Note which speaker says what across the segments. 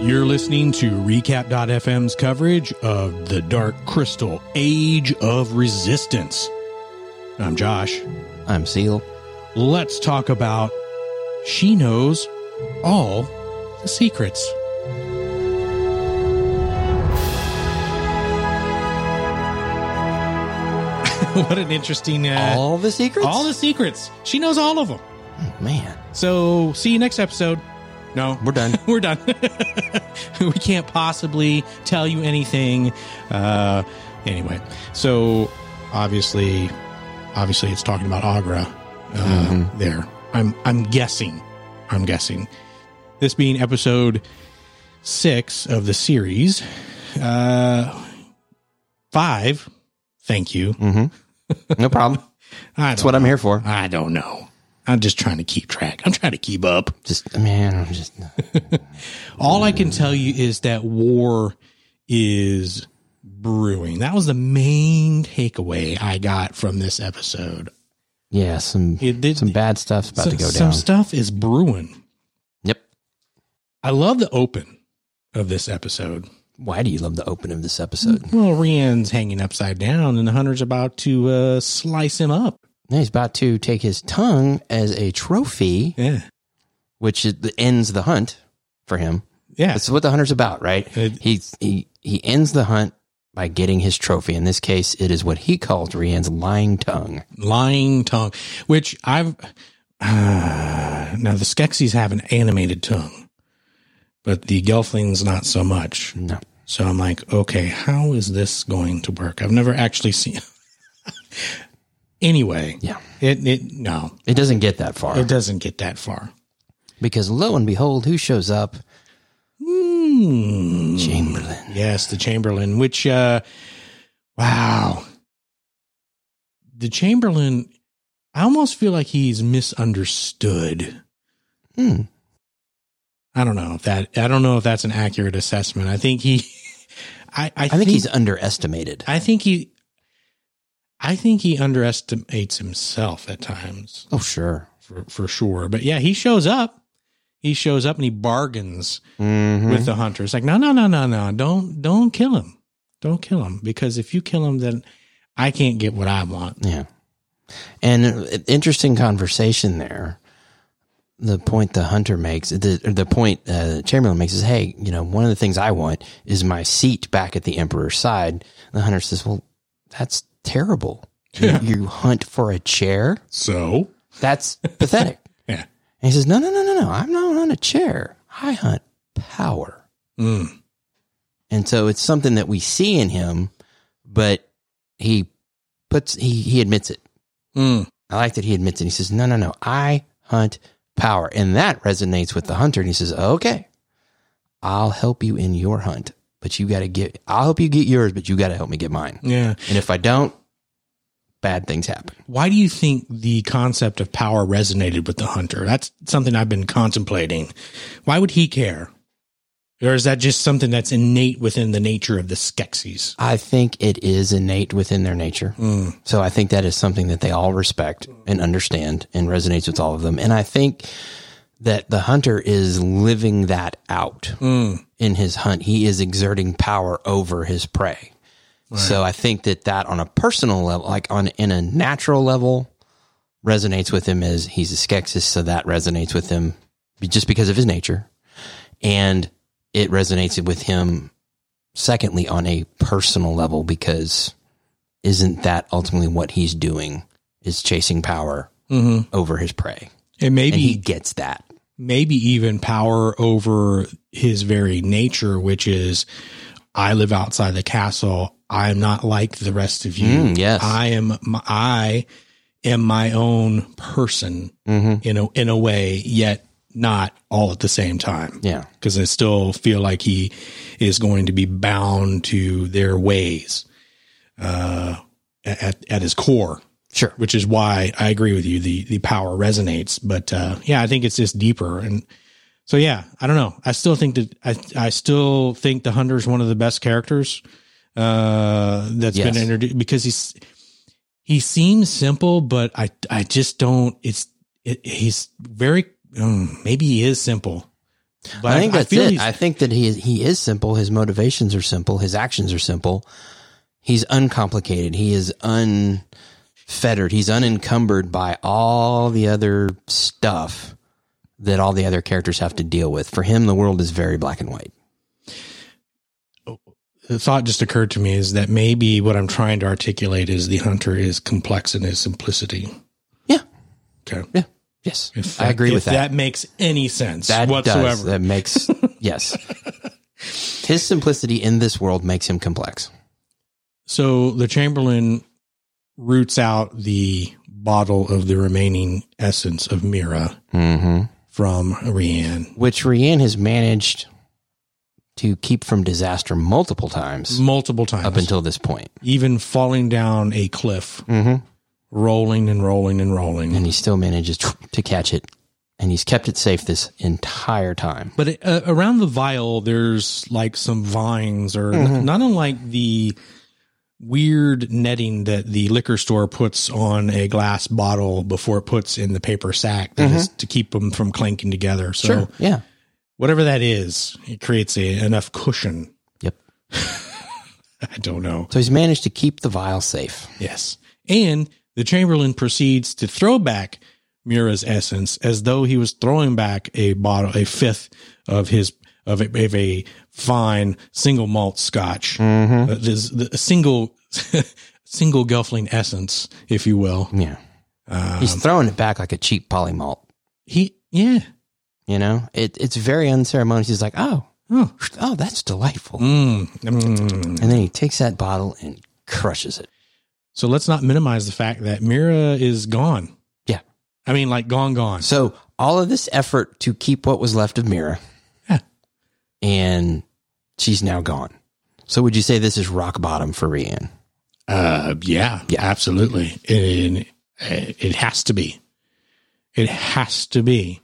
Speaker 1: You're listening to Recap.fm's coverage of The Dark Crystal Age of Resistance. I'm Josh.
Speaker 2: I'm Seal.
Speaker 1: Let's talk about She Knows All the Secrets. what an interesting. Uh,
Speaker 2: all the secrets?
Speaker 1: all the secrets. She knows all of them.
Speaker 2: Man,
Speaker 1: So, see you next episode. No,
Speaker 2: we're done.
Speaker 1: we're done. we can't possibly tell you anything. Uh, anyway, so obviously, obviously, it's talking about Agra. Uh,
Speaker 2: Mm-hmm.
Speaker 1: There, I'm I'm guessing, I'm guessing. This being episode six of the series, uh, five. Thank you.
Speaker 2: No
Speaker 1: I
Speaker 2: problem. Mm. That's
Speaker 1: don't-
Speaker 2: what I'm here for.
Speaker 1: I don't know. I'm just trying to keep track. I'm trying to keep up.
Speaker 2: Just, man, I'm just.
Speaker 1: All I can tell you is that war is brewing. That was the main takeaway I got from this episode.
Speaker 2: Yeah, some
Speaker 1: It did-
Speaker 2: some bad stuff's about
Speaker 1: So-
Speaker 2: to go
Speaker 1: some
Speaker 2: down.
Speaker 1: stuff is brewing.
Speaker 2: yep.
Speaker 1: I love the open of this episode.
Speaker 2: Why do you love the open of this episode?
Speaker 1: Well, Rianne's hanging upside down, and the hunter's about to uh, slice him up.
Speaker 2: Now Mm. He's about to take his tongue as a trophy,
Speaker 1: Yeah,
Speaker 2: which is, ends the hunt for him.
Speaker 1: yeah,
Speaker 2: That's what the hunter's about, right?
Speaker 1: It-
Speaker 2: he he he ends the hunt by getting his trophy. In this case, it is what he calls Rianne's lying tongue.
Speaker 1: lying tongue. Which I've now the Skeksis have an animated tongue, but the Gelflings not so much.
Speaker 2: No,
Speaker 1: So I'm like, okay, how is this going to work? I've never actually seen. anyway,
Speaker 2: yeah,
Speaker 1: it it no,
Speaker 2: it doesn't get that far
Speaker 1: it doesn't get that far.
Speaker 2: because lo and behold, who shows up?
Speaker 1: Hmm.
Speaker 2: Mm. Chamberlain.
Speaker 1: Yes, the Chamberlain, which uh wow. The Chamberlain I almost feel like he's misunderstood.
Speaker 2: Hmm.
Speaker 1: I don't know if that I don't know if that's an accurate assessment. I think he I I,
Speaker 2: I think he's underestimated.
Speaker 1: I think he I think he underestimates himself at times
Speaker 2: Oh sure,
Speaker 1: for, for sure. But yeah, he shows up. He shows up and he bargains
Speaker 2: Mm-hmm.
Speaker 1: with the hunter. It's like, no, no, no, no, no. Don't don't kill him. Don't kill him. Because if you kill him, then I can't get what I want.
Speaker 2: yeah, and uh, interesting conversation there. The point the hunter makes, the or the point uh, Chamberlain makes is, hey, you know, one of the things I want is my seat back at the emperor's side. The hunter says, well, that's terrible. You-
Speaker 1: Yeah.
Speaker 2: You, hunt for a chair?
Speaker 1: So
Speaker 2: That's pathetic.
Speaker 1: Yeah.
Speaker 2: And he says, no, no, no, no, no. I'm not on a chair. I hunt power.
Speaker 1: mm,
Speaker 2: And so it's something that we see in him, but he puts he he admits it.
Speaker 1: mm,
Speaker 2: I like that he admits it. He says, "No, no, no. I hunt power." And that resonates with the hunter and he says, "Okay. I'll help you in your hunt, but you got to get I'll help you get yours, but you got to help me get mine.
Speaker 1: yeah.
Speaker 2: And if I don't, bad things happen."
Speaker 1: Why do you think the concept of power resonated with the hunter? That's something I've been contemplating. Why would he care? Or is that just something that's innate within the nature of the Skeksis?
Speaker 2: I think it is innate within their nature.
Speaker 1: Mm.
Speaker 2: So I think that is something that they all respect and understand and resonates with all of them. And I think that the hunter is living that out
Speaker 1: Mm.
Speaker 2: in his hunt. He is exerting power over his prey. So I think that that on a personal level, like on in a natural level, resonates with him as he's a Skeksis. So that resonates with him just because of his nature. And it resonates with him, secondly, on a personal level, because isn't that ultimately what he's doing is chasing power
Speaker 1: hmm
Speaker 2: over his prey?
Speaker 1: And
Speaker 2: mm-hmm. And
Speaker 1: maybe
Speaker 2: he gets that.
Speaker 1: maybe even power over his very nature, which is I live outside the castle. I am not like the rest of you.
Speaker 2: Mm, yes.
Speaker 1: I am my, I am my own person
Speaker 2: Mm-hmm.
Speaker 1: in a in a way, yet not all at the same time.
Speaker 2: Yeah.
Speaker 1: Because I still feel like he is going to be bound to their ways uh, at at his core
Speaker 2: Sure.
Speaker 1: which is why I agree with you. The the power resonates, but uh, yeah, I think it's just deeper. And so yeah, I don't know. I still think that I I still think the hunter is one of the best characters uh, that's
Speaker 2: Yes.
Speaker 1: been introduced because he's he seems simple, but I um, I just don't. It's it, he's very mm, maybe he is simple. But
Speaker 2: I think that's
Speaker 1: feel
Speaker 2: it.
Speaker 1: he's-
Speaker 2: I think that he is, he is simple. His motivations are simple. His actions are simple. He's uncomplicated. He is unfettered. He's unencumbered by all the other stuff that all the other characters have to deal with. For him, the world is very black and white.
Speaker 1: the thought just occurred to me is that maybe what I'm trying to articulate is the hunter is complex in his simplicity.
Speaker 2: Yeah.
Speaker 1: Okay.
Speaker 2: Yeah. Yes.
Speaker 1: If
Speaker 2: I agree
Speaker 1: if
Speaker 2: with that.
Speaker 1: That makes any sense
Speaker 2: That
Speaker 1: whatsoever.
Speaker 2: does. That makes yes. His simplicity in this world makes him complex.
Speaker 1: So the Chamberlain roots out the bottle of the remaining essence of Mira
Speaker 2: Mm-hmm.
Speaker 1: from Rianne
Speaker 2: Which Rianne has managed to keep from disaster multiple times
Speaker 1: multiple times,
Speaker 2: up until this point,
Speaker 1: even falling down a cliff,
Speaker 2: Mhm.
Speaker 1: rolling and rolling and rolling.
Speaker 2: and he still manages to catch it, and he's kept it safe this entire time.
Speaker 1: But uh, around the vial, there's like some vines, or not unlike the weird netting that the liquor store puts on a glass bottle before it puts in the paper sack that is to keep them from clanking together. So
Speaker 2: Yeah.
Speaker 1: whatever that is, it creates a, enough cushion.
Speaker 2: Yep.
Speaker 1: I don't know.
Speaker 2: So he's managed to keep the vial safe.
Speaker 1: Yes. And the Chamberlain proceeds to throw back Mira's essence as though he was throwing back a bottle, a fifth of his, of a, of a fine single malt scotch. Uh, this, the single, single guffling essence, if you will.
Speaker 2: Yeah. he's throwing it back like a cheap polymalt.
Speaker 1: He, yeah.
Speaker 2: You know, it, it's very unceremonious. He's like, oh,
Speaker 1: Oh.
Speaker 2: oh, that's delightful.
Speaker 1: Mm. Mm.
Speaker 2: And then he takes that bottle and crushes it.
Speaker 1: So let's not minimize the fact that Mira is gone.
Speaker 2: Yeah.
Speaker 1: I mean, like gone, gone.
Speaker 2: So all of this effort to keep what was left of Mira,
Speaker 1: Yeah.
Speaker 2: and she's now gone. So would you say this is rock bottom for Rian?
Speaker 1: Uh, yeah, yeah, absolutely. And it, it has to be. It has to be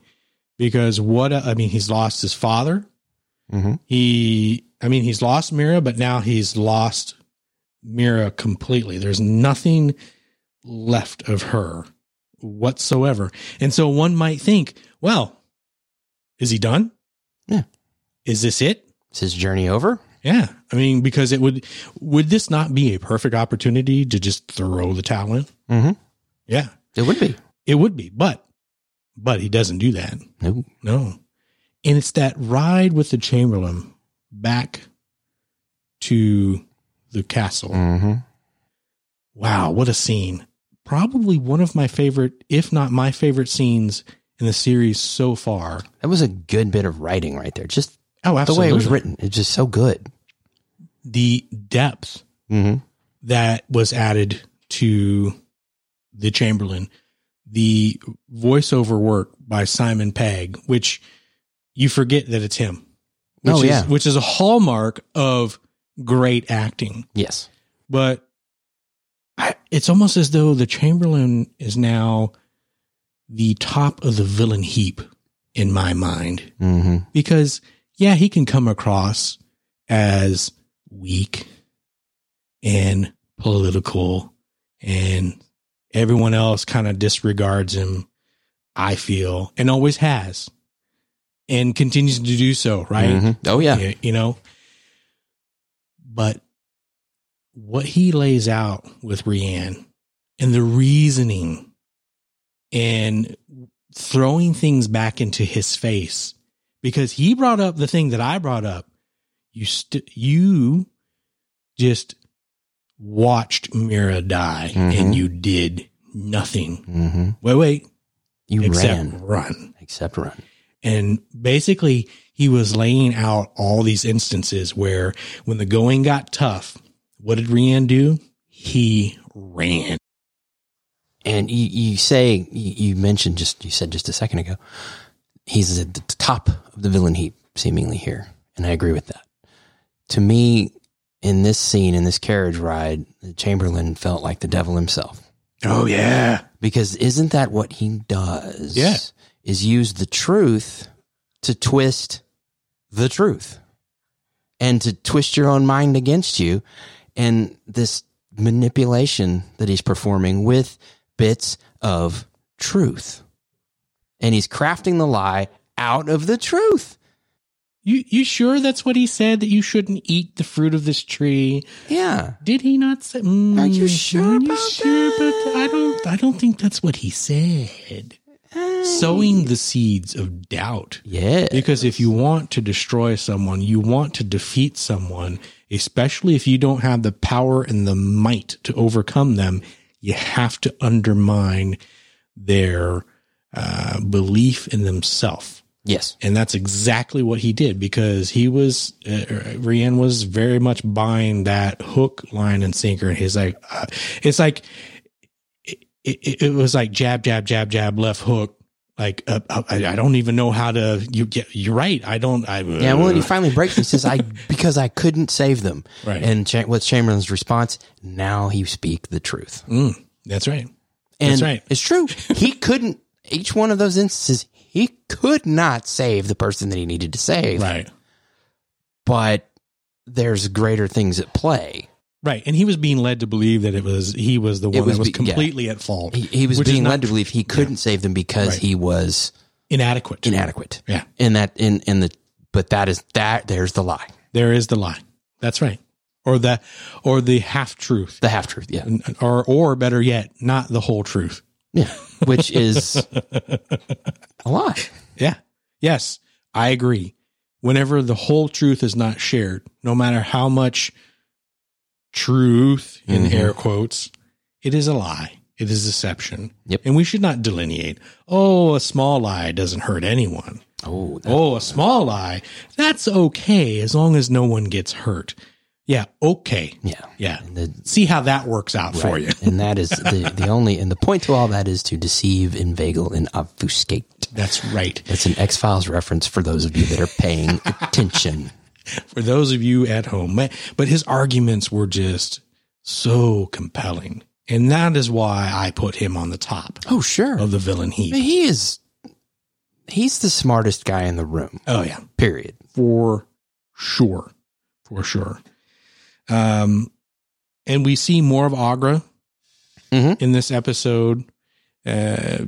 Speaker 1: because what I mean, he's lost his father.
Speaker 2: Mhm.
Speaker 1: He, I mean, he's lost Mira, but now he's lost Mira completely. There's nothing left of her whatsoever. And so one might think, well, is he done?
Speaker 2: Yeah.
Speaker 1: Is this it?
Speaker 2: Is his journey over?
Speaker 1: Yeah. I mean, because it would, would this not be a perfect opportunity to just throw the towel in?
Speaker 2: Mhm.
Speaker 1: Yeah.
Speaker 2: It would be.
Speaker 1: It would be, but, but he doesn't do that.
Speaker 2: No.
Speaker 1: No. And it's that ride with the Chamberlain back to the castle.
Speaker 2: Mm-hmm.
Speaker 1: Wow. What a scene. Probably one of my favorite, if not my favorite scenes in the series so far.
Speaker 2: That was a good bit of writing right there. Just
Speaker 1: Oh,
Speaker 2: the
Speaker 1: absolutely.
Speaker 2: way it was written. It's just so good.
Speaker 1: The depth
Speaker 2: Mm-hmm.
Speaker 1: that was added to the Chamberlain, the voiceover work by Simon Pegg, which you forget that it's him. Which
Speaker 2: Oh,
Speaker 1: is,
Speaker 2: yeah.
Speaker 1: Which is a hallmark of great acting.
Speaker 2: Yes.
Speaker 1: But I, it's almost as though the Chamberlain is now the top of the villain heap in my mind.
Speaker 2: Mm-hmm.
Speaker 1: Because, yeah, he can come across as weak and political, and everyone else kind of disregards him, I feel, and always has, and continues to do so, right?
Speaker 2: Oh yeah.
Speaker 1: You- You know? But what he lays out with Rianne and the reasoning and throwing things back into his face because he brought up the thing that I brought up. You st- you just watched Mira die and
Speaker 2: Mhm.
Speaker 1: you did nothing.
Speaker 2: Mm-hmm.
Speaker 1: Wait, wait,
Speaker 2: You
Speaker 1: except
Speaker 2: ran.
Speaker 1: run.
Speaker 2: Except run.
Speaker 1: And basically, he was laying out all these instances where when the going got tough, what did Rian do? He ran.
Speaker 2: and you, you say you, you mentioned just you said just a second ago he's at the top of the villain heap seemingly here and i agree with that to me in this scene in this carriage ride the chamberlain felt like the devil himself
Speaker 1: Oh, yeah.
Speaker 2: because isn't that what he does
Speaker 1: Yeah.
Speaker 2: is use the truth to twist the truth and to twist your own mind against you and this manipulation that he's performing with bits of truth and he's crafting the lie out of the truth
Speaker 1: You you sure that's what he said that you shouldn't eat the fruit of this tree?
Speaker 2: Yeah.
Speaker 1: Did he not say? Mm,
Speaker 2: Are you sure
Speaker 1: Are you
Speaker 2: about
Speaker 1: sure about that? I don't. I don't think that's what he said. Sowing the seeds of doubt.
Speaker 2: Yeah.
Speaker 1: Because if you want to destroy someone, you want to defeat someone, especially if you don't have the power and the might to overcome them, you have to undermine their uh, belief in themselves.
Speaker 2: yes.
Speaker 1: And that's exactly what he did because he was, uh, Rian was very much buying that hook, line, and sinker. And he's like, uh, it's like, it, it, it was like jab, jab, jab, jab, left hook. Like, uh, I, I don't even know how to, you get, you're right. I don't, I,
Speaker 2: Yeah, well, and he finally breaks. He says, "I because I couldn't save them."
Speaker 1: Right.
Speaker 2: And Cha- what's Chamberlain's response? Now he speak the truth.
Speaker 1: mm, that's right.
Speaker 2: And
Speaker 1: That's right.
Speaker 2: It's true. He couldn't. Each one of those instances, he could not save the person that he needed to save.
Speaker 1: Right.
Speaker 2: But there's greater things at play.
Speaker 1: Right. And he was being led to believe that it was, he was the one
Speaker 2: was
Speaker 1: that was
Speaker 2: be- yeah.
Speaker 1: completely at fault.
Speaker 2: He, he was
Speaker 1: Which is
Speaker 2: being
Speaker 1: not-
Speaker 2: led to believe he couldn't save them because
Speaker 1: Right.
Speaker 2: he was
Speaker 1: Inadequate.
Speaker 2: inadequate.
Speaker 1: Yeah.
Speaker 2: In that, in in the, but that is that. There's the lie,
Speaker 1: There is the lie. That's right. Or the, or the half truth.
Speaker 2: the half truth. Yeah.
Speaker 1: or or better yet, not the whole truth.
Speaker 2: Yeah. Which is a lie.
Speaker 1: Yeah. Yes, I agree. Whenever the whole truth is not shared, no matter how much truth in
Speaker 2: Mhm.
Speaker 1: air quotes, it is a lie. It is deception.
Speaker 2: Yep.
Speaker 1: And we should not delineate. Oh, a small lie doesn't hurt anyone.
Speaker 2: Oh, that-
Speaker 1: Oh, a small lie. That's okay as long as no one gets hurt. Yeah, okay.
Speaker 2: yeah.
Speaker 1: Yeah.
Speaker 2: And the,
Speaker 1: See how that works out for you.
Speaker 2: and that is the, the only and the point to all that is to deceive, inveigle, and obfuscate.
Speaker 1: That's right.
Speaker 2: That's an X Files reference for those of you that are paying attention.
Speaker 1: for those of you at home. Ma- But his arguments were just so compelling. And that is why I put him on the top
Speaker 2: Oh, sure.
Speaker 1: of the villain heap.
Speaker 2: He is he's the smartest guy in the room.
Speaker 1: Oh, yeah.
Speaker 2: Period.
Speaker 1: For sure. For sure. Um, and we see more of Agra
Speaker 2: Mhm.
Speaker 1: in this episode. Uh,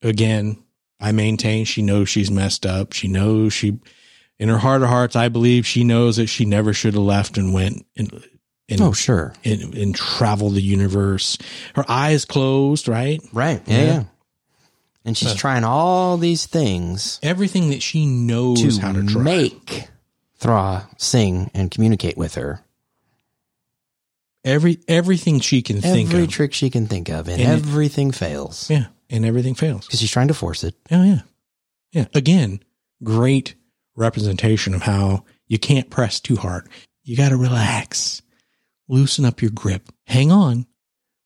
Speaker 1: again, I maintain she knows she's messed up. She knows she, in her heart of hearts, I believe she knows that she never should have left and went and, and
Speaker 2: Oh, sure.
Speaker 1: and, and travel the universe. Her eyes closed, right?
Speaker 2: Right. Yeah. yeah.
Speaker 1: Yeah.
Speaker 2: And she's trying all these things
Speaker 1: Everything that she knows
Speaker 2: to,
Speaker 1: how to try.
Speaker 2: make Thra sing and communicate with her.
Speaker 1: Every everything she can think
Speaker 2: Every
Speaker 1: of.
Speaker 2: trick she can think of, and,
Speaker 1: And it-
Speaker 2: everything fails
Speaker 1: yeah, and everything fails.
Speaker 2: because she's trying to force it.
Speaker 1: Oh yeah. Yeah. Again, great representation of how you can't press too hard. You got to relax. Loosen up your grip. Hang on,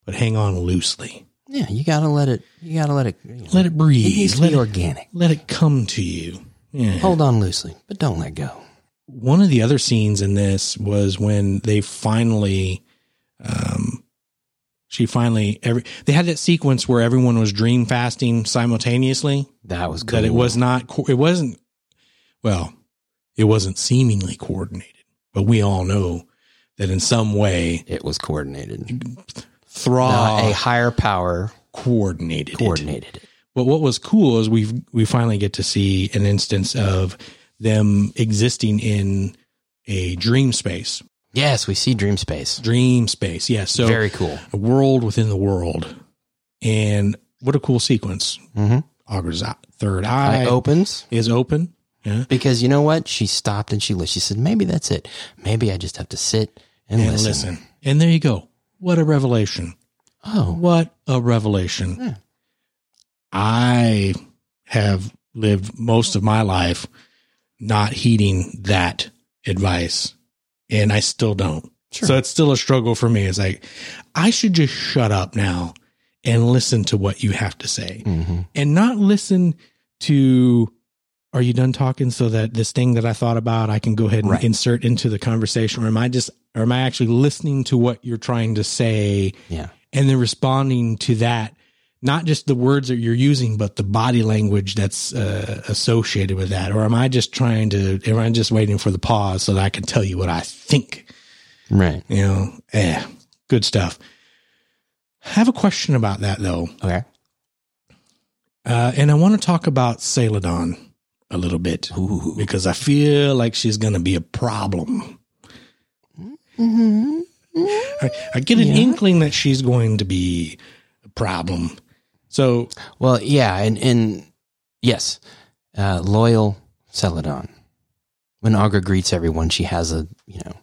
Speaker 1: but hang on loosely.
Speaker 2: Yeah, you gotta let it. You gotta let it. you know,
Speaker 1: Let it
Speaker 2: it
Speaker 1: breathe.
Speaker 2: needs to
Speaker 1: let
Speaker 2: be
Speaker 1: it,
Speaker 2: organic.
Speaker 1: let it come to you. Yeah.
Speaker 2: Hold on loosely, but don't let go.
Speaker 1: one of the other scenes in this was when they finally um she finally every they had that sequence where everyone was dream fasting simultaneously
Speaker 2: That was cool.
Speaker 1: that it was not co- it wasn't well it wasn't seemingly coordinated but we all know that in some way
Speaker 2: It was coordinated.
Speaker 1: Thraw
Speaker 2: a higher power
Speaker 1: coordinated it.
Speaker 2: coordinated it.
Speaker 1: But what was cool is we we finally get to see an instance of them existing in a dream space.
Speaker 2: Yes, we see dream space.
Speaker 1: Dream space. Yeah, so
Speaker 2: Very cool.
Speaker 1: a world within the world. And what a cool sequence.
Speaker 2: Mm-hmm.
Speaker 1: Augur's eye- third
Speaker 2: Eye
Speaker 1: eye
Speaker 2: opens
Speaker 1: is open. Yeah.
Speaker 2: because you know what? She stopped and she listened. She said, "Maybe that's it. Maybe I just have to sit and,
Speaker 1: And
Speaker 2: listen.
Speaker 1: listen. And there you go. What a revelation.
Speaker 2: Oh,
Speaker 1: What a revelation.
Speaker 2: Yeah.
Speaker 1: I have lived most of my life not heeding that advice. And I still don't.
Speaker 2: sure.
Speaker 1: So it's still a struggle for me. It's like, I should just shut up now and listen to what you have to say.
Speaker 2: Mhm.
Speaker 1: and not listen to are you done talking so that this thing that I thought about I can go ahead and
Speaker 2: Right.
Speaker 1: insert into the conversation or am I just or am I actually listening to what you're trying to say
Speaker 2: Yeah.
Speaker 1: and then responding to that not just the words that you're using but the body language that's uh, associated with that or am I just trying to am I just waiting for the pause so that I can tell you what I think
Speaker 2: Right.
Speaker 1: you know eh good stuff I have a question about that though
Speaker 2: Okay.
Speaker 1: uh, and I want to talk about Celadon a little bit because I feel like she's going to be a problem.
Speaker 2: Mm-hmm.
Speaker 1: I, I get an inkling that she's going to be a problem. So,
Speaker 2: Well, yeah, and and yes, uh, loyal Celadon. When Agra greets everyone, she has a you know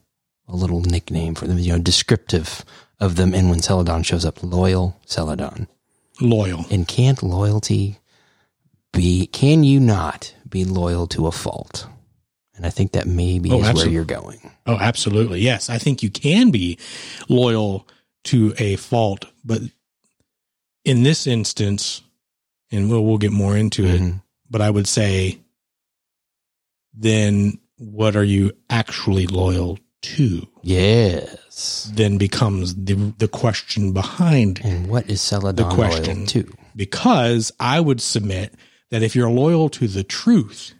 Speaker 2: a little nickname for them, you know, descriptive of them. And when Celadon shows up, loyal Celadon.
Speaker 1: loyal.
Speaker 2: And can't loyalty be? Can you not be loyal to a fault? And I think that maybe
Speaker 1: Oh,
Speaker 2: is
Speaker 1: absolutely.
Speaker 2: where you're going.
Speaker 1: Oh, absolutely. Yes. I think you can be loyal to a fault, but in this instance, and we'll, we'll get more into it,
Speaker 2: Mhm.
Speaker 1: but I would say, then what are you actually loyal to?
Speaker 2: Yes.
Speaker 1: Then becomes the, the question behind
Speaker 2: And what is Celadon
Speaker 1: question.
Speaker 2: loyal to?
Speaker 1: because I would submit that if you're loyal to the truth,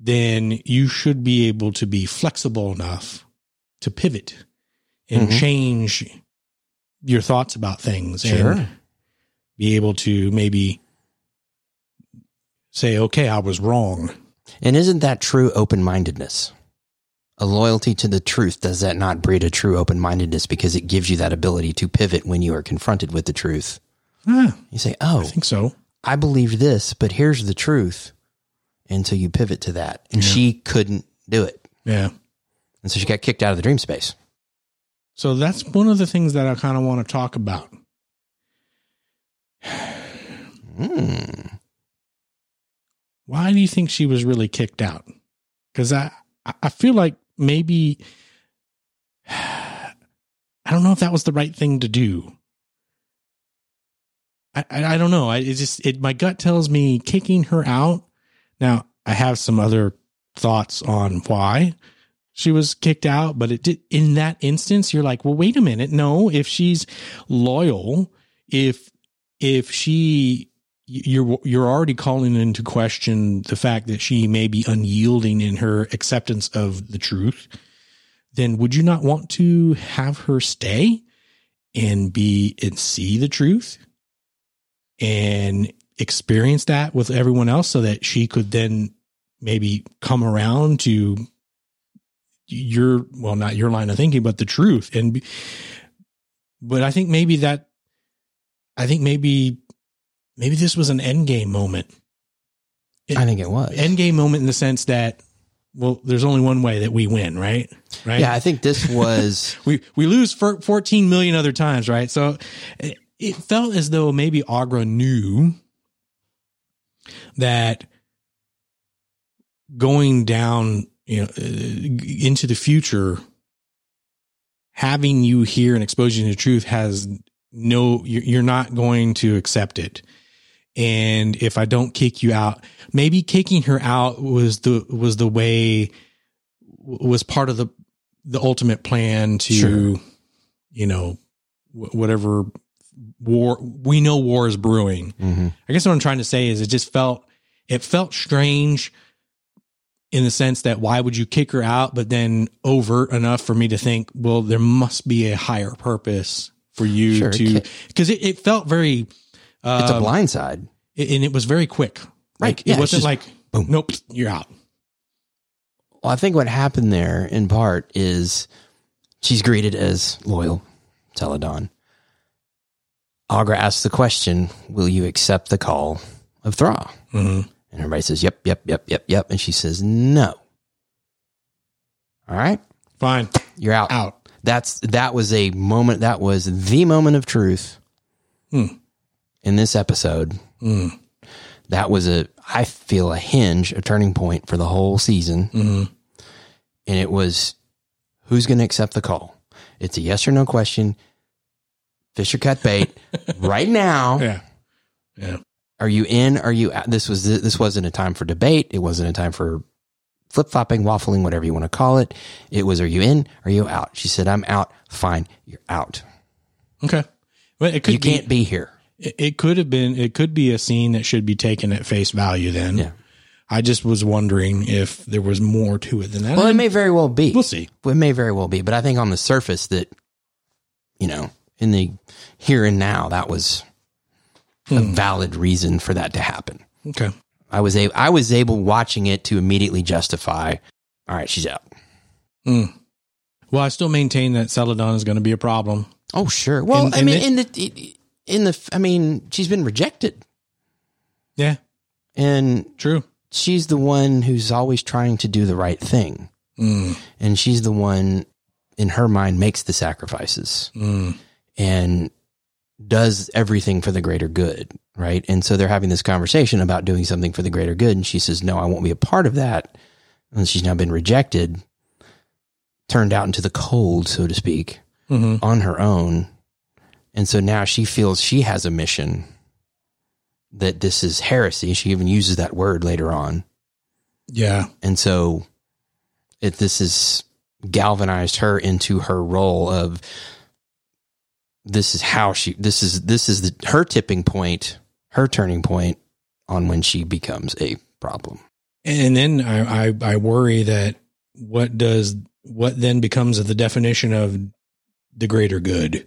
Speaker 1: then you should be able to be flexible enough to pivot and
Speaker 2: Mhm.
Speaker 1: change your thoughts about things and be able to maybe say, okay, I was wrong.
Speaker 2: And isn't that true open mindedness? A loyalty to the truth, does that not breed a true open mindedness because it gives you that ability to pivot when you are confronted with the truth?
Speaker 1: Ah,
Speaker 2: You say,
Speaker 1: I
Speaker 2: Oh,
Speaker 1: think so.
Speaker 2: I believed this, but here's the truth. And so you pivot to that. And
Speaker 1: Yeah.
Speaker 2: she couldn't do it.
Speaker 1: Yeah.
Speaker 2: And so she got kicked out of the dream space.
Speaker 1: So that's one of the things that I kind of want to talk about.
Speaker 2: Mm.
Speaker 1: why do you think she was really kicked out? Because I, I I feel like maybe I don't know if that was the right thing to do. I I, I don't know. I it just it my gut tells me kicking her out. Now I have some other thoughts on why she was kicked out, but it did in that instance. You're like, well, wait a minute. No, if she's loyal, if if she you're you're already calling into question the fact that she may be unyielding in her acceptance of the truth then would you not want to have her stay and be and see the truth and experience that with everyone else so that she could then maybe come around to your well not your line of thinking but the truth and be, but i think maybe that i think maybe maybe this was an end game moment
Speaker 2: I think it was.
Speaker 1: end game moment in the sense that well there's only one way that we win right right
Speaker 2: yeah, I think this was
Speaker 1: we we lose for 14 million other times, right? So it, it felt as though maybe Agra knew that going down, you know, uh, into the future, having you here and exposing you to truth has no, you're you're not going to accept it. And if I don't kick you out, maybe kicking her out was the was the way was part of the the ultimate plan to
Speaker 2: Sure.
Speaker 1: you know wh- whatever war we know war is brewing
Speaker 2: Mhm.
Speaker 1: i guess what i'm trying to say is it just felt it felt strange in the sense that why would you kick her out but then overt enough for me to think well there must be a higher purpose for you
Speaker 2: Sure,
Speaker 1: to
Speaker 2: it
Speaker 1: because it, it felt very uh,
Speaker 2: it's a blind side.
Speaker 1: and it was very quick
Speaker 2: Right,
Speaker 1: like
Speaker 2: yeah,
Speaker 1: it
Speaker 2: it's
Speaker 1: wasn't
Speaker 2: just
Speaker 1: like
Speaker 2: boom.
Speaker 1: nope you're out
Speaker 2: Well, I think what happened there in part is she's greeted as loyal Celadon. Agra asks the question, Will you accept the call of Thra?
Speaker 1: Mhm.
Speaker 2: And everybody says, Yep, yep, yep, yep, yep. And she says, No. All right,
Speaker 1: fine
Speaker 2: you're out.
Speaker 1: out
Speaker 2: That's that was a moment that was the moment of truth
Speaker 1: Hmm.
Speaker 2: in this episode.
Speaker 1: mm.
Speaker 2: That was a I feel a hinge, a turning point for the whole season.
Speaker 1: hmm
Speaker 2: and it was who's going to accept the call? It's a yes or no question. Fish or cut bait right now.
Speaker 1: yeah yeah
Speaker 2: Are you in? Are you out? This was this wasn't a time for debate. It wasn't a time for flip flopping, waffling, whatever you want to call it. It was are you in? Are you out? She said, "I'm out." Fine, you're out.
Speaker 1: Okay. Well, it could
Speaker 2: you can't
Speaker 1: be,
Speaker 2: be here.
Speaker 1: it- It could have been. It could be a scene that should be taken at face value. Then.
Speaker 2: Yeah.
Speaker 1: I just was wondering if there was more to it than that.
Speaker 2: Well, it may very well be.
Speaker 1: we'll see.
Speaker 2: It may very well be, but I think on the surface that you know, in the
Speaker 1: Hmm.
Speaker 2: here and now, that was a valid reason for that to happen.
Speaker 1: Okay.
Speaker 2: I was able I was able watching it to immediately justify. All right, she's out.
Speaker 1: Mm. Well, I still maintain that Celadon is going to be a problem.
Speaker 2: Oh sure. Well,
Speaker 1: And-
Speaker 2: I
Speaker 1: and
Speaker 2: mean,
Speaker 1: it-
Speaker 2: in the in the I mean, she's been rejected,
Speaker 1: Yeah,
Speaker 2: and
Speaker 1: true.
Speaker 2: she's the one who's always trying to do the right thing,
Speaker 1: Mm,
Speaker 2: and she's the one in her mind makes the sacrifices
Speaker 1: mm,
Speaker 2: and does everything for the greater good, right? And so they're having this conversation about doing something for the greater good, and she says, "No, I won't be a part of that." And she's now been rejected, turned out into the cold, so to speak.
Speaker 1: mhm.
Speaker 2: on her own. And so now she feels she has a mission that this is heresy. She even uses that word later on.
Speaker 1: Yeah,
Speaker 2: And so it, this has galvanized her into her role of this is how she, this is, this is the, her tipping point, her turning point on when she becomes a problem.
Speaker 1: and then I, I I worry that what does what then becomes of the definition of the greater good?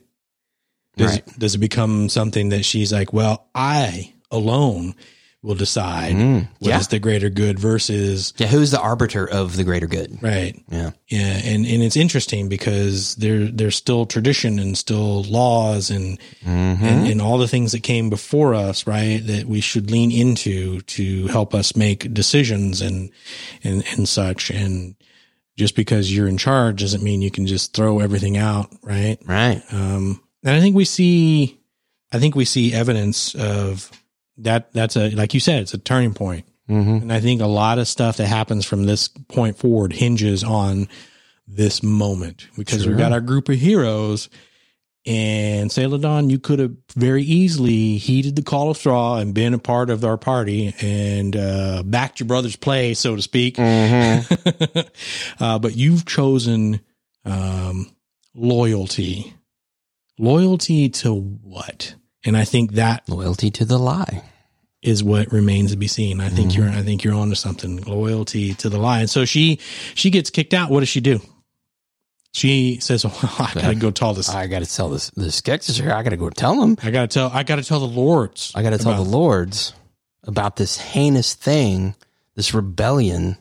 Speaker 1: Does does it become something that she's like, well, I alone will decide what is
Speaker 2: Mm. yeah.
Speaker 1: the greater good versus
Speaker 2: Yeah. Who's the arbiter of the greater good?
Speaker 1: right?
Speaker 2: Yeah.
Speaker 1: Yeah, and and it's interesting because there there's still tradition and still laws and
Speaker 2: Mm-hmm.
Speaker 1: and, and all the things that came before us, right? That we should lean into to help us make decisions and and and such. And just because you're in charge doesn't mean you can just throw everything out, right?
Speaker 2: right.
Speaker 1: Um, and I think we see, I think we see evidence of that. That's a like you said, it's a turning point.
Speaker 2: Mm-hmm.
Speaker 1: And I think a lot of stuff that happens from this point forward hinges on this moment because
Speaker 2: Sure.
Speaker 1: we've got our group of heroes. And Celadon, you could have very easily heeded the call of straw and been a part of our party and uh, backed your brother's play, so to speak.
Speaker 2: Mm-hmm.
Speaker 1: uh, but you've chosen um, loyalty. Loyalty to what? And I think that
Speaker 2: Loyalty to the lie.
Speaker 1: is what remains to be seen. I think
Speaker 2: Mhm.
Speaker 1: you're I think you're onto something. Loyalty to the lie. And so she she gets kicked out. What does she do? She says, well, I gotta go tell this. I,
Speaker 2: I got to tell this the skeksis here. I got to go tell them.
Speaker 1: gotta tell I gotta tell the lords.
Speaker 2: I got to tell
Speaker 1: about-
Speaker 2: the lords about this heinous thing, this rebellion,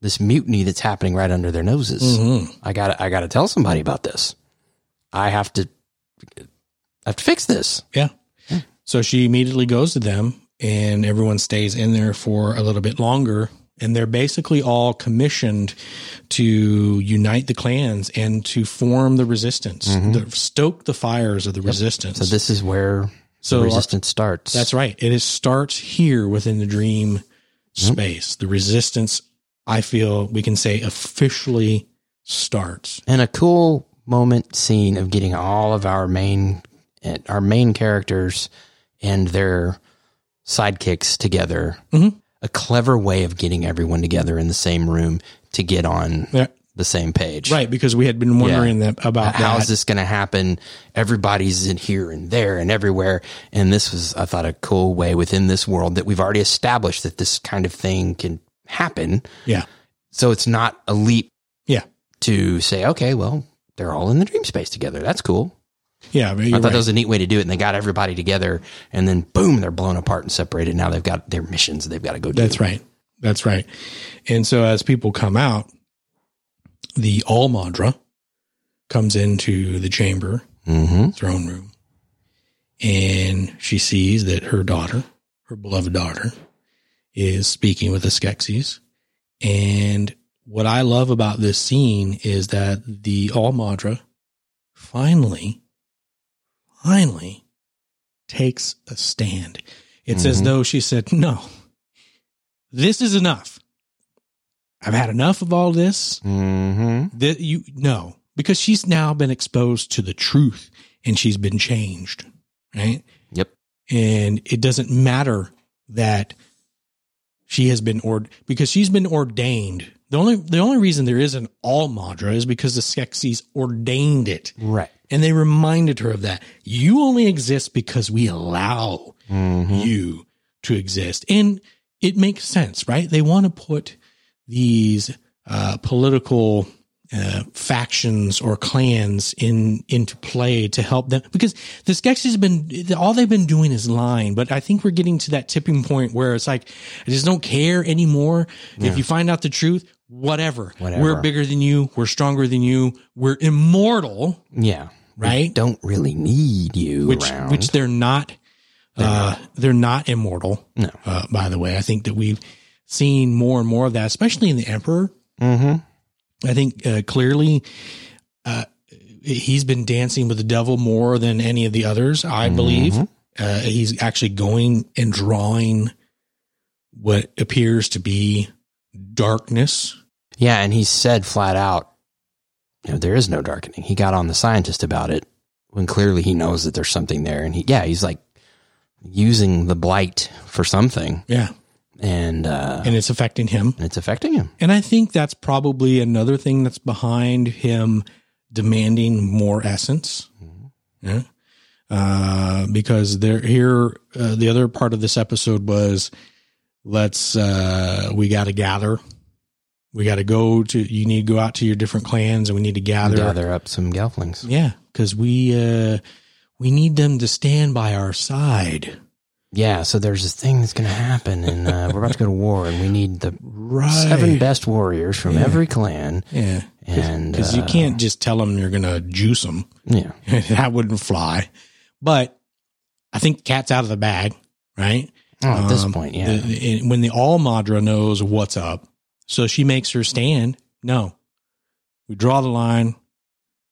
Speaker 2: this mutiny that's happening right under their noses.
Speaker 1: Mhm.
Speaker 2: I got to I got to tell somebody about this. I have to I have to fix this.
Speaker 1: Yeah. So she immediately goes to them and everyone stays in there for a little bit longer. And they're basically all commissioned to unite the clans and to form the resistance, the, stoke the fires of the resistance.
Speaker 2: Mm-hmm. So this is where
Speaker 1: So uh,
Speaker 2: the
Speaker 1: our-
Speaker 2: resistance starts.
Speaker 1: That's right. It is, starts here within the dream
Speaker 2: Mm-hmm.
Speaker 1: space. The resistance, I feel we can say officially starts.
Speaker 2: and a cool moment scene of getting all of our main and our main characters and their sidekicks together.
Speaker 1: Mhm.
Speaker 2: A clever way of getting everyone together in the same room to get on
Speaker 1: Yeah.
Speaker 2: the same page.
Speaker 1: Right. Because we had been wondering that about
Speaker 2: How is
Speaker 1: that.
Speaker 2: this going to happen? Everybody's in here and there and everywhere. And this was, I thought, a cool way within this world that we've already established that this kind of thing can happen.
Speaker 1: Yeah.
Speaker 2: So it's not a leap
Speaker 1: Yeah.
Speaker 2: to say, okay, well, they're all in the dream space together. That's cool.
Speaker 1: Yeah. but you're
Speaker 2: I thought
Speaker 1: right.
Speaker 2: that was a neat way to do it. And they got everybody together and then boom, they're blown apart and separated. Now they've got their missions they've got to go do.
Speaker 1: That's right. That's right. And so as people come out, the Almandra comes into the chamber,
Speaker 2: Mm-hmm.
Speaker 1: throne room, and she sees that her daughter, her beloved daughter, is speaking with the Skeksis. And what I love about this scene is that the Almandra finally, finally takes a stand. It's as
Speaker 2: Mhm.
Speaker 1: though she said, No, this is enough. I've had enough of all this
Speaker 2: Mm-hmm.
Speaker 1: that you no because she's now been exposed to the truth and she's been changed right
Speaker 2: Yep.
Speaker 1: and it doesn't matter that she has been ord because she's been ordained the only the only reason there is an all madra is because the skeksis ordained it
Speaker 2: Right.
Speaker 1: and they reminded her of that you only exist because we allow
Speaker 2: Mm-hmm.
Speaker 1: you to exist. And it makes sense, right? They want to put these uh, political uh, factions or clans in into play to help them because the Skeksis has been all they've been doing is lying. But I think we're getting to that tipping point where it's like I just don't care anymore. If you find out the truth, whatever.
Speaker 2: Whatever.
Speaker 1: We're bigger than you. We're stronger than you. We're immortal,
Speaker 2: Yeah.
Speaker 1: right?
Speaker 2: Don't really need you
Speaker 1: which
Speaker 2: around.
Speaker 1: which they're not. Uh, they're not immortal.
Speaker 2: No.
Speaker 1: Uh, by the way, I think that we've seen more and more of that, especially in the Emperor.
Speaker 2: hmm
Speaker 1: I think uh, clearly uh, he's been dancing with the devil more than any of the others, I believe.
Speaker 2: Mhm.
Speaker 1: Uh, he's actually going and drawing what appears to be darkness.
Speaker 2: Yeah, and he said flat out, you know, there is no darkening. He got on the scientist about it when clearly he knows that there's something there. And he, yeah, he's like using the blight for something
Speaker 1: Yeah.
Speaker 2: and, uh,
Speaker 1: And it's affecting him.
Speaker 2: and it's affecting him.
Speaker 1: And I think that's probably another thing that's behind him demanding more essence. Yeah. Uh, because there here, uh, the other part of this episode was let's, uh, we got to gather. We got to go to, you need to go out to your different clans and we need to gather.
Speaker 2: Gather up some gelflings.
Speaker 1: Yeah. Cause we, uh, we need them to stand by our side.
Speaker 2: Yeah, so there's this thing that's going to happen, and uh, we're about to go to war, and we need the
Speaker 1: Right.
Speaker 2: seven best warriors from every clan.
Speaker 1: Yeah.
Speaker 2: And
Speaker 1: Cause you
Speaker 2: uh,
Speaker 1: can't just tell them you're going to juice them.
Speaker 2: yeah,
Speaker 1: that wouldn't fly. But I think the cat's out of the bag, right?
Speaker 2: oh, at this
Speaker 1: Um,
Speaker 2: point,
Speaker 1: the-
Speaker 2: yeah,
Speaker 1: the- when the all Madra knows what's up, so she makes her stand. No, we draw the line.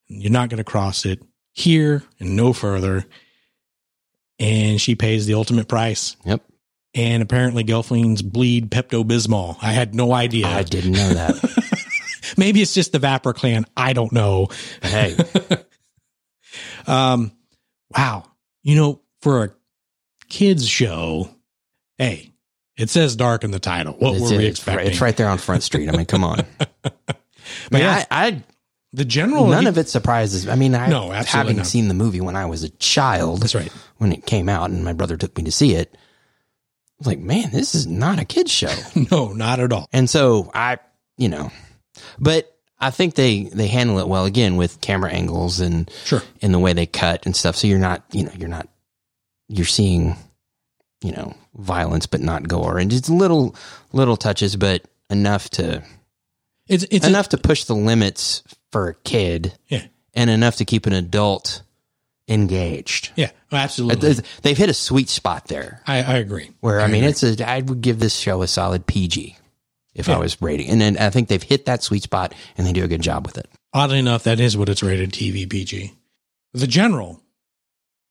Speaker 1: You're not going to cross it here and no further. And she pays the ultimate price.
Speaker 2: yep.
Speaker 1: And apparently, Gelflings bleed Pepto Bismol. I had no idea.
Speaker 2: I didn't know that.
Speaker 1: Maybe it's just the Vapor clan. I don't know.
Speaker 2: hey,
Speaker 1: Um, wow. You know, for a kids show, hey, it says dark in the title. What
Speaker 2: it's,
Speaker 1: were we
Speaker 2: it's right,
Speaker 1: expecting?
Speaker 2: it's right there on Front Street. I mean, come on.
Speaker 1: But
Speaker 2: Man,
Speaker 1: yeah,
Speaker 2: I,
Speaker 1: the general.
Speaker 2: I none of it surprises. I mean, I
Speaker 1: No, absolutely
Speaker 2: having
Speaker 1: not.
Speaker 2: seen the movie when I was a child,
Speaker 1: That's right.
Speaker 2: when it came out, and my brother took me to see it. I was like, man, this is not a kids show.
Speaker 1: No, not at all.
Speaker 2: And so I, you know, but I think they they handle it well again with camera angles and
Speaker 1: Sure.
Speaker 2: and the way they cut and stuff. So you're not, you know, you're not you're seeing, you know, violence but not gore and just little little touches, but enough to
Speaker 1: It's it's a-
Speaker 2: enough to push the limits for a kid
Speaker 1: yeah,
Speaker 2: and enough to keep an adult engaged.
Speaker 1: yeah, absolutely.
Speaker 2: There's- They've hit a sweet spot there
Speaker 1: I, I agree.
Speaker 2: where I mean it's a I would give this show a solid PG if I was rating. And then I think they've hit that sweet spot and they do a good job with it.
Speaker 1: Oddly enough, that is what it's rated TV PG. The general,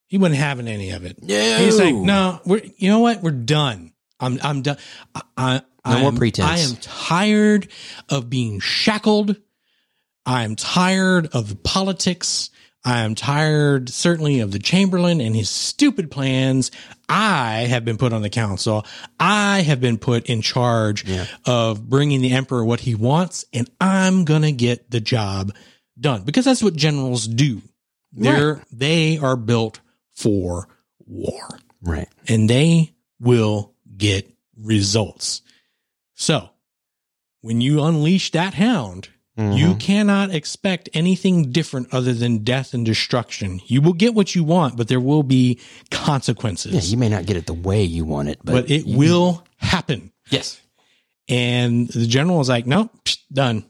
Speaker 1: he wasn't having any of it.
Speaker 2: No.
Speaker 1: He's like, no, we're you know what? We're done. I'm I'm done. I, I,
Speaker 2: No
Speaker 1: I
Speaker 2: more
Speaker 1: am-
Speaker 2: pretense.
Speaker 1: I am tired of being shackled. I am tired of the politics. I am tired, certainly, of the Chamberlain and his stupid plans. I have been put on the council. I have been put in charge of bringing the emperor what he wants, and I'm going to get the job done because that's what generals do. They're, They are built for war
Speaker 2: Right.
Speaker 1: and they will get results. So when you unleash that hound, you
Speaker 2: Mm-hmm.
Speaker 1: cannot expect anything different other than death and destruction. You will get what you want, but there will be
Speaker 2: Yeah,
Speaker 1: consequences.
Speaker 2: you may not get it the way you want it, but,
Speaker 1: but it will happen.
Speaker 2: yes.
Speaker 1: And the general is like, nope, psh, done.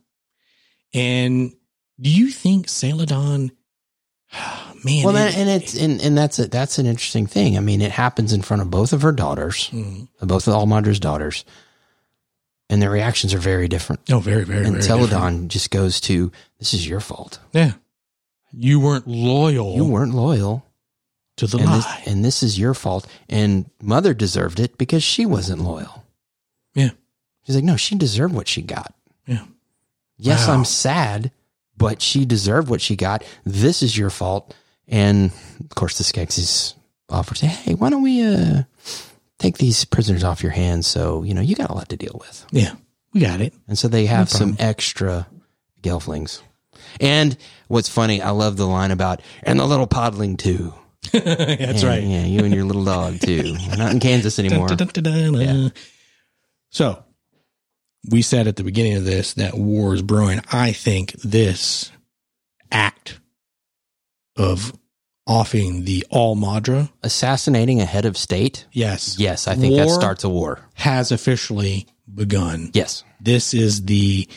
Speaker 1: And do you think Celadon, man,
Speaker 2: Well, that,
Speaker 1: it-
Speaker 2: and it's and, and that's a, that's an interesting thing. I mean, it happens in front of both of her daughters,
Speaker 1: Mm.
Speaker 2: both of Almandra's daughters, and their reactions are very different.
Speaker 1: oh, very, very,
Speaker 2: and
Speaker 1: very
Speaker 2: Celadon
Speaker 1: different.
Speaker 2: just goes to, "This is your fault.
Speaker 1: Yeah. You weren't loyal
Speaker 2: You weren't loyal,
Speaker 1: to the
Speaker 2: and
Speaker 1: Oh. lie.
Speaker 2: this, and this is your fault." And Mother deserved it because she wasn't loyal.
Speaker 1: Yeah.
Speaker 2: She's like, "No, she deserved what she got."
Speaker 1: Yeah.
Speaker 2: Yes,
Speaker 1: Wow.
Speaker 2: I'm sad, but she deserved what she got. This is your fault. And of course, the Skeksis offer to, hey, why don't we uh, take these prisoners off your hands? So, you know, you got a lot to deal with.
Speaker 1: Yeah, we got it.
Speaker 2: And so they have some extra gelflings. And what's funny, I love the line about, and the little podling too.
Speaker 1: That's
Speaker 2: Yeah,
Speaker 1: right.
Speaker 2: Yeah, you and your little dog too. We're not in Kansas anymore.
Speaker 1: Dun, dun, dun, dun, dun. So we said at the beginning of this that war is brewing. I think this act of offing the all Madra,
Speaker 2: Assassinating a head of state?
Speaker 1: yes,
Speaker 2: Yes, I think that
Speaker 1: War-
Speaker 2: starts a war.
Speaker 1: has officially begun.
Speaker 2: Yes.
Speaker 1: This is the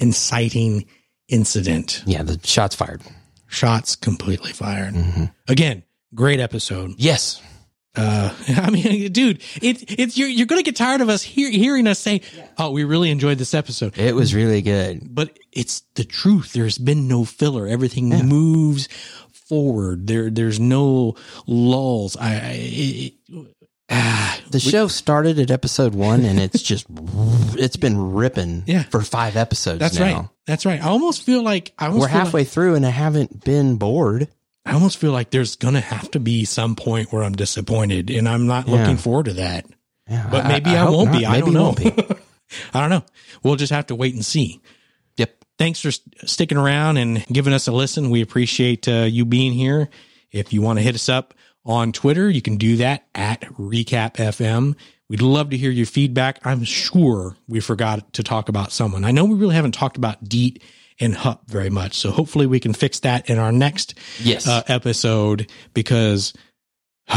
Speaker 1: inciting incident.
Speaker 2: Yeah, the shots fired.
Speaker 1: Shots completely fired.
Speaker 2: hmm
Speaker 1: Again, great episode.
Speaker 2: Yes.
Speaker 1: Uh, I mean, dude, it, it's you're you're gonna get tired of us hear, hearing us say, "Oh, we really enjoyed this episode."
Speaker 2: It was really good.
Speaker 1: but it's the truth. There's been no filler. Everything moves forward. There, there's no lulls. I, I it, it- ah,
Speaker 2: The show started at episode one and it's just, it's been ripping
Speaker 1: Yeah.
Speaker 2: for five episodes
Speaker 1: that's
Speaker 2: now.
Speaker 1: right. That's right. I almost feel like I almost
Speaker 2: We're
Speaker 1: feel like-
Speaker 2: halfway through and I haven't been bored.
Speaker 1: I almost feel like there's gonna have to be some point where I'm disappointed, and I'm not
Speaker 2: Yeah.
Speaker 1: looking forward to that.
Speaker 2: Yeah,
Speaker 1: But maybe I,
Speaker 2: hope
Speaker 1: won't be.
Speaker 2: not.
Speaker 1: I
Speaker 2: Maybe
Speaker 1: don't
Speaker 2: it
Speaker 1: know.
Speaker 2: won't be.
Speaker 1: I don't know. We'll just have to wait and see.
Speaker 2: Yep.
Speaker 1: Thanks for st- sticking around and giving us a listen. We appreciate uh, you being here. If you want to hit us up on Twitter, you can do that at Recap FM. We'd love to hear your feedback. I'm sure we forgot to talk about someone. I know we really haven't talked about Deet and Hup very much, so hopefully we can fix that in our next
Speaker 2: Yes,
Speaker 1: uh, episode because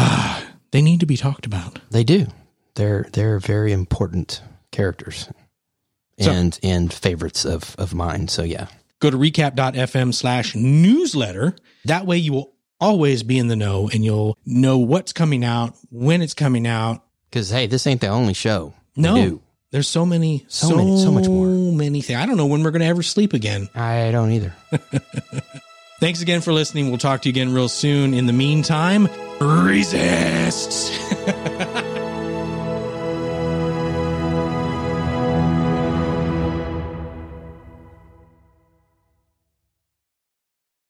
Speaker 1: they need to be talked about.
Speaker 2: they do. They're they're very important characters,
Speaker 1: So-
Speaker 2: and and favorites of of mine. So yeah,
Speaker 1: go to recap.fm slash newsletter. That way you will always be in the know and you'll know what's coming out, when it's coming out.
Speaker 2: because hey, this ain't the only show. we
Speaker 1: No.
Speaker 2: do.
Speaker 1: There's so many, so,
Speaker 2: So many- so much more.
Speaker 1: many things. I don't know when we're going to ever sleep again.
Speaker 2: I don't either.
Speaker 1: Thanks again for listening. We'll talk to you again real soon. In the meantime, resist.